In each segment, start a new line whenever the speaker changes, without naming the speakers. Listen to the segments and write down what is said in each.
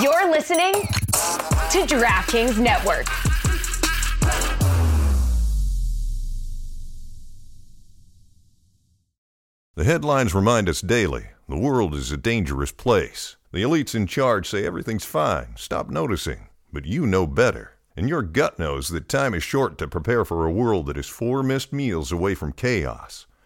You're listening to DraftKings Network.
The headlines remind us daily the world is a dangerous place. The elites in charge say everything's fine, stop noticing, but you know better. And your gut knows that time is short to prepare for a world that is four missed meals away from chaos.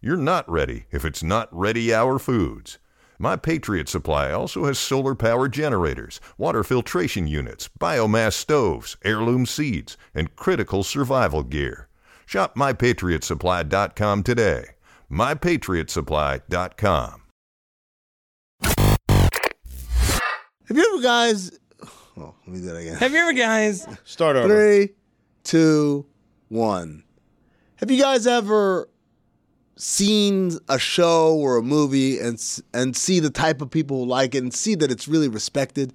You're not ready if it's not Ready Hour Foods. My Patriot Supply also has solar power generators, water filtration units, biomass stoves, heirloom seeds, and critical survival gear. Shop mypatriotsupply.com today. mypatriotsupply.com.
Have you ever guys? Oh, let me do that again.
Have you ever, guys?
Start over.
Three, two, one. Have you guys ever seen a show or a movie and s- and see the type of people who like it and see that it's really respected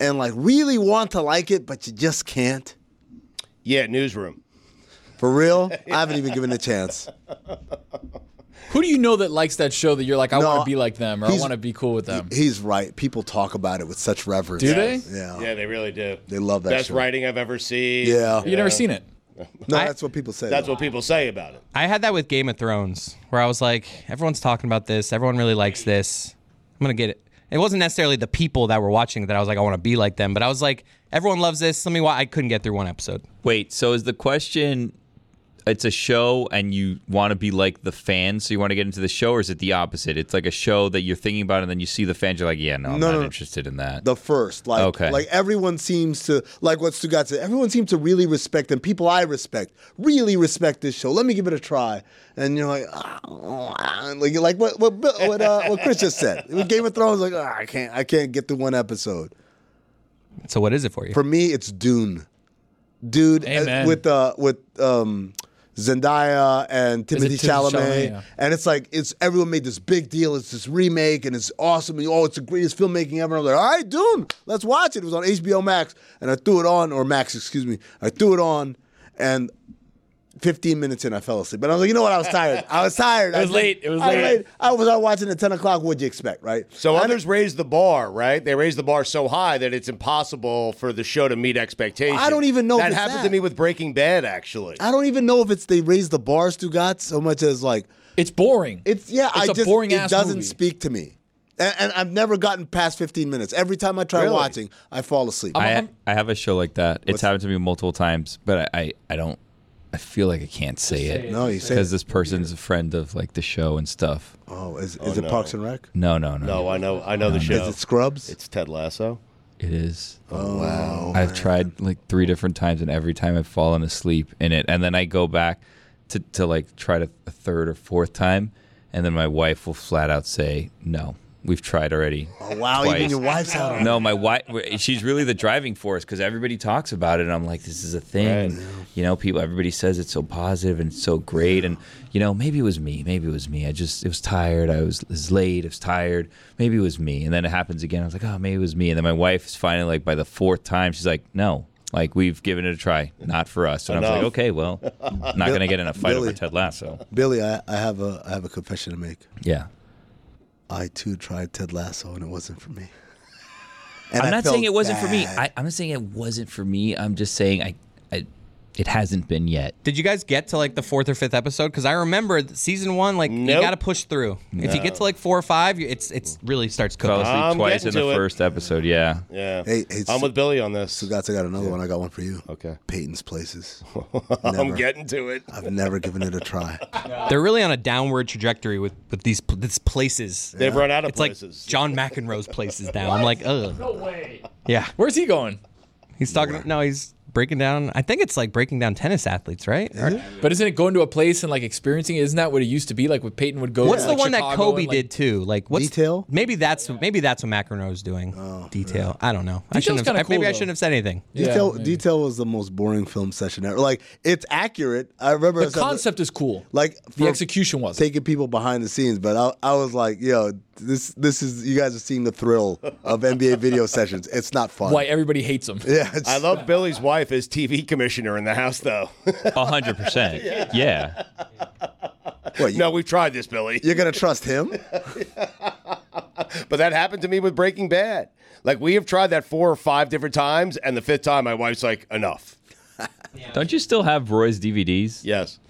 and like really want to like it but you just can't?
Yeah, newsroom.
For real? I haven't even given it a chance.
Who do you know that likes that show that you're like, I
No,
want to be like them or I
he's-
want to be cool with them?
He's right. People talk about it with such reverence.
Do they?
Yeah.
Yeah, they really do.
They love that
Best
show.
writing I've ever seen.
Yeah.
You've never seen it.
No, that's what people say.
That's
though.
what people say about it.
I had that with Game of Thrones, where I was like, everyone's talking about this. Everyone really likes this. I'm going to get it. It wasn't necessarily the people that were watching that I was like, I want to be like them, but I was like, everyone loves this. Let me why I couldn't get through one episode.
Wait, so is the question it's a show and you want to be like the fans, so you want to get into the show, or is it the opposite? It's like a show that you're thinking about and then you see the fans, you're like, yeah, no, I'm
No,
not
no, no.
interested in that.
the first. Like,
Okay.
like everyone seems to like what Stugat said. Everyone seems to really respect and people I respect really respect this show. Let me give it a try. And you're like, "Ah," like, like what what what, uh, what Chris just said. With Game of Thrones, like "Ah, I can't I can't get through one episode.
So what is it for you?
For me, it's Dune, dude. uh,
Amen.
with uh, with um, Zendaya and Timothy
Timothy
Chalamet,
Chalamet, yeah.
and it's like it's everyone made this big deal. It's this remake, and it's awesome. And, oh, it's the greatest filmmaking ever. I'm like, all right, Dune, let's watch it. It was on HBO Max, and I threw it on, or Max, excuse me, I threw it on, and. 15 minutes in, I fell asleep. But I was like, you know what? I was tired. I was tired. It
was late. It was
I
late.
I was out watching at 10 o'clock. What'd you expect, right?
So others raise the bar, right? They raise the bar so high that it's impossible for the show to meet expectations.
I don't even know if
that
it's
happened
that.
to me with Breaking Bad. Actually,
I don't even know if it's they raised the bars, Stugat, so much as like,
It's boring.
It's yeah.
It's
I
a
just
boring
it
ass
doesn't
movie.
speak to me, and, and I've never gotten past fifteen minutes. Every time I try
Really?
watching, I fall asleep.
I, I have a show like that. It's happened to me multiple times, but I, I, I don't. I feel like I can't say it.
no, you say
because this person's a friend of like the show and stuff.
Oh, is, is it Parks and Rec?
No, no, no.
no, I know, I know the
Is
show.
it Scrubs?
It's Ted Lasso.
It is. Oh wow. I've tried like three different times, and every time I've fallen asleep in it, and then I go back to to like try to a third or fourth time, and then my wife will flat out say, "No, we've tried already."
oh, wow, even
twice.
your wife's out. on it.
No, my wife, she's really the driving force because everybody talks about it, and I'm like, this is a thing. And, you know, people, everybody says it's so positive and it's so great, and you know, maybe it was me, maybe it was me. I just, it was tired. I was, it was late. I was tired. Maybe it was me. And then it happens again. I was like, oh, maybe it was me. And then my wife is finally like, by the fourth time, she's like, no. Like we've given it a try, not for us. And I was like,
Enough.
okay, well, not gonna get in a fight
Billy.
over Ted Lasso.
Billy, I, I have a I have a confession to make.
Yeah,
I too tried Ted Lasso, and it wasn't for me. And
I'm
I
not saying
felt
it wasn't for me.
bad.
I, I'm not saying it wasn't for me. I'm just saying I, I, it hasn't been yet.
Did you guys get to like the fourth or fifth episode? Because I remember th- season one, like you
Nope.
got to push through. If you get to like four or five, you- it's it's really starts
Fell
cooking.
asleep
I'm
twice
getting
in the
to it.
first episode. Yeah.
Yeah,
Hey, hey,
I'm
so-
with Billy on this.
So guys, I got another one. I got one for you.
Okay.
Peyton's Places.
I'm
Never.
getting to it.
I've never given it a try.
They're really on a downward trajectory with with these pl- these places.
They've run out of
It's
places.
like John McEnroe's places now. I'm like, ugh. No way. Yeah,
Where's he going?
he's talking. No, he's breaking down. I think it's like breaking down tennis athletes, right? Or-
But isn't it going to a place and like experiencing it? Isn't that what it used to be? Like what Peyton would go.
What's
to,
the
like,
one that
Chicago
Kobe
and, like-
did too? Like what's
Detail?
Maybe that's maybe that's what Macrono's doing.
Oh,
detail. I don't know. I
Detail's
shouldn't have,
kinda
I- maybe
cool,
I
though.
shouldn't have said anything.
Yeah,
Detail
maybe.
Detail was the most boring film session ever. Like it's accurate. I remember I
The
said,
concept is cool.
like
the
for
execution was.
taking people behind the scenes, but I, I was like, yo, this this is you guys are seeing the thrill of NBA video sessions. It's not fun.
Why everybody hates him.
Yeah, it's,
I love Billy's wife as TV commissioner in the house, though.
hundred percent. Yeah.
what, you,
no, we've tried this, Billy.
You're gonna trust him?
But that happened to me with Breaking Bad. Like we have tried that four or five different times, and the fifth time, my wife's like, "Enough."
Don't you still have Roy's DVDs?
Yes.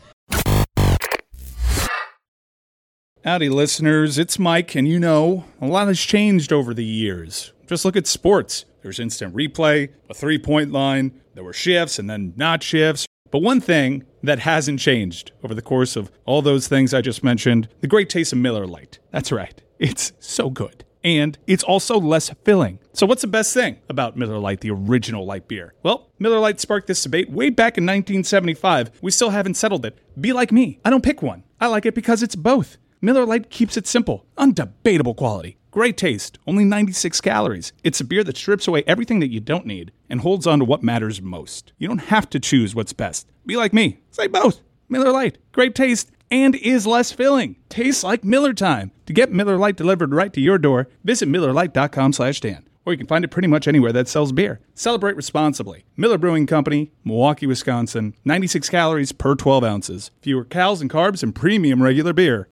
Howdy, listeners. It's Mike, and you know, a lot has changed over the years. Just look at sports. There's instant replay, a three point line, there were shifts and then not shifts. But one thing that hasn't changed over the course of all those things I just mentioned the great taste of Miller Lite. That's right, it's so good. And it's also less filling. So, what's the best thing about Miller Lite, the original light beer? Well, Miller Lite sparked this debate way back in 1975. We still haven't settled it. Be like me. I don't pick one. I like it because it's both. Miller Lite keeps it simple, undebatable quality, great taste, only 96 calories. It's a beer that strips away everything that you don't need and holds on to what matters most. You don't have to choose what's best. Be like me. Say both. Miller Lite, great taste and is less filling. Tastes like Miller time. To get Miller Lite delivered right to your door, visit millerlite.com/dan or you can find it pretty much anywhere that sells beer. Celebrate responsibly. Miller Brewing Company, Milwaukee, Wisconsin. 96 calories per 12 ounces. Fewer calories and carbs than premium regular beer.